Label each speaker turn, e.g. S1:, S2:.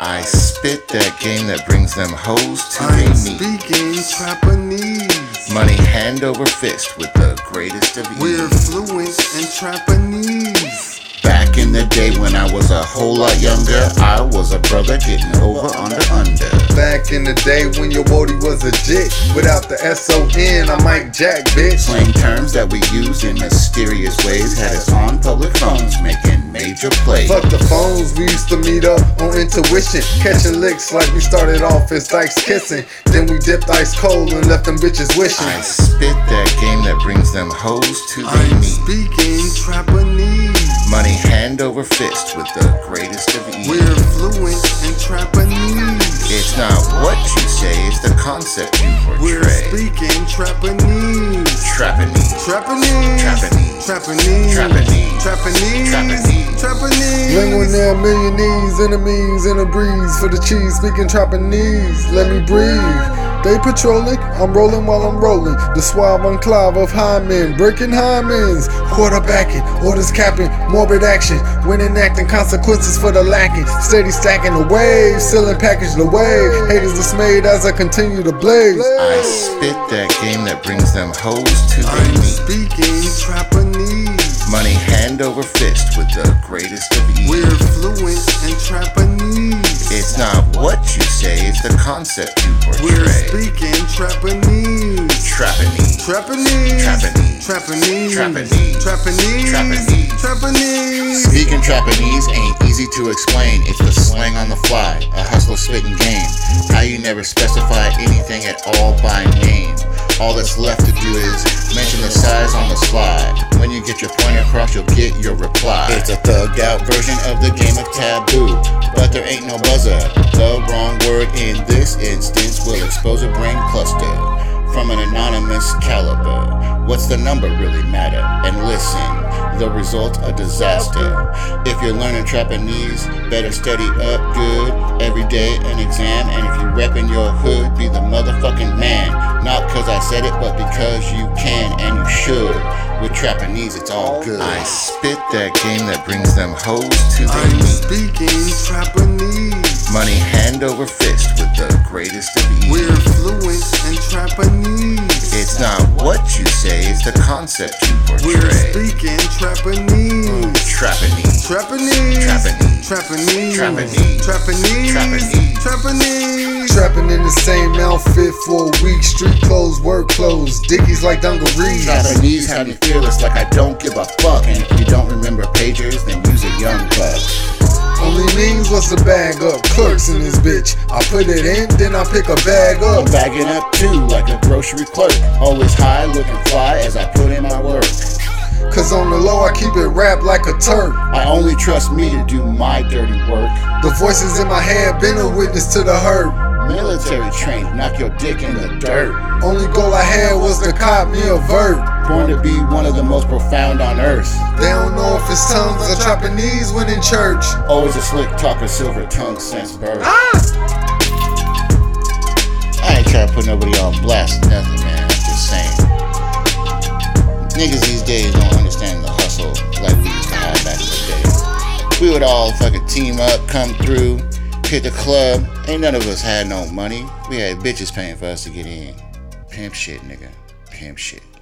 S1: I spit that game that brings them hoes to
S2: I
S1: their
S2: am
S1: knees.
S2: speaking Japanese.
S1: Money hand over fist with the greatest of
S2: We're
S1: ease.
S2: fluent in Japanese.
S1: Back in the day when I was a whole lot younger, I was a brother getting over on the under.
S2: Back in the day when your Wody was a jit. Without the S-O-N, I'm Mike Jack, bitch.
S1: Slang terms that we used in mysterious ways had us on public phones making major plays.
S2: Fuck the phones, we used to meet up on intuition. Catching licks like we started off as dykes kissing. Then we dipped ice cold and left them bitches wishing.
S1: I spit that game that brings them hoes to their
S2: I'm
S1: knees.
S2: speaking Trapanese.
S1: Money hand over fist with the greatest of ease.
S2: We're fluent in Trapanese.
S1: It's not what you say, it's the concept you
S2: We're
S1: portray.
S2: speaking Trapanese.
S1: Trapanese.
S2: Trapanese.
S1: Trapanese.
S2: Trapanese.
S1: Trapanese.
S2: Trapanese.
S1: Trapanese.
S2: Trapanese. Lingua now, millionaires, enemies, in a breeze. For the cheese, speaking Trapanese. Let me breathe. They patrolling, I'm rolling while I'm rolling. The suave enclave of Hymen, breaking Hymens. Quarterbacking, orders capping, morbid action. When enacting consequences for the lacking. Steady stacking the wave, sealing package the wave. Haters dismayed as I continue to blaze.
S1: I spit that game that brings them hoes to their
S2: I'm
S1: knees.
S2: speaking Trapanese.
S1: Money hand over fist with the greatest of
S2: We're
S1: ease.
S2: fluent in Trapanese.
S1: It's not what you say, it's the concept you
S2: We're
S1: portray.
S2: speaking Trapanese.
S1: Trapanese. Trapanese.
S2: Trapanese. Trapanese.
S1: Trapanese.
S2: Trapanese.
S1: Trapanese.
S2: Trapanese.
S1: Speaking Japanese ain't easy to explain. It's the slang on the fly, a hustler spitting game. How you never specify anything at all by name. All that's left to do is mention the size on the slide. When you get your point across, you'll get your reply. It's a thug out version of the game of taboo, but there ain't no buzzer. The wrong word in this instance will expose a brain cluster from an anonymous caliber. What's the number really matter? And listen, the result a disaster. If you're learning Japanese, better study up good every day an exam. And if you reppin' your hood, be the motherfucking man. Not cause I said it, but because you can and you should. With Japanese, it's all good. I spit that game that brings them hoes to their
S2: I'm
S1: knees.
S2: speaking Trapanese.
S1: Money hand over fist with the greatest of ease.
S2: We're fluent in Trapanese.
S1: It's not what you say, it's the concept you
S2: We're
S1: portray.
S2: speaking Trapanese.
S1: Trapanese.
S2: Trapanese.
S1: Trapanese. Trapanese.
S2: Trapanese. Trapanese.
S1: Trapanese.
S2: Trapanese. Trapping in the same outfit for a week. Street clothes, work clothes. Dickies like dungarees.
S1: Japanese have me fearless like I don't give a fuck. And if you don't remember pagers, then use a young buck.
S2: Only means was to bag up clerks in this bitch. I put it in, then I pick a bag
S1: I'm
S2: up.
S1: bagging up too like a grocery clerk. Always high, looking fly as I put in my work.
S2: Cause on the low, I keep it wrapped like a Turk.
S1: I only trust me to do my dirty work.
S2: The voices in my head been a witness to the hurt.
S1: Military trained, knock your dick in the dirt.
S2: Only goal I had was to cop me a vert.
S1: Born to be one of the most profound on earth.
S2: They don't know if it's tongues or Japanese when in church.
S1: Always a slick talker, silver tongue since birth. I ain't trying to put nobody on blast, nothing, man. I'm just saying. Niggas these days don't understand the hustle like we used to have back in the day. We would all fucking team up, come through, hit the club. Ain't none of us had no money. We had bitches paying for us to get in. Pimp shit, nigga. Pimp shit.